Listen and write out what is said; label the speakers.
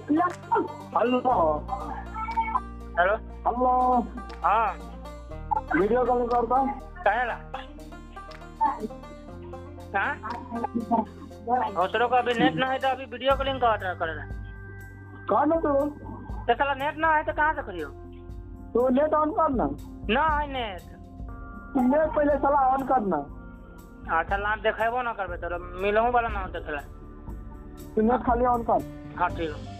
Speaker 1: hello
Speaker 2: hello
Speaker 1: hello
Speaker 2: हाँ
Speaker 1: video call करता
Speaker 2: कहे ला हाँ हौसलों का अभी नेट ना है तो अभी वीडियो कॉलिंग का ऑर्डर कर रहा
Speaker 1: कौन है तू
Speaker 2: तो साला नेट ना है तो कहाँ से करियो
Speaker 1: तू नेट ऑन करना
Speaker 2: ना है नेट
Speaker 1: नेट पहले साला ऑन करना
Speaker 2: अच्छा ना देखेबो ना करबे तो मिलहू वाला ना होते खेला
Speaker 1: तू नेट खाली ऑन कर
Speaker 2: तो हाँ ठीक है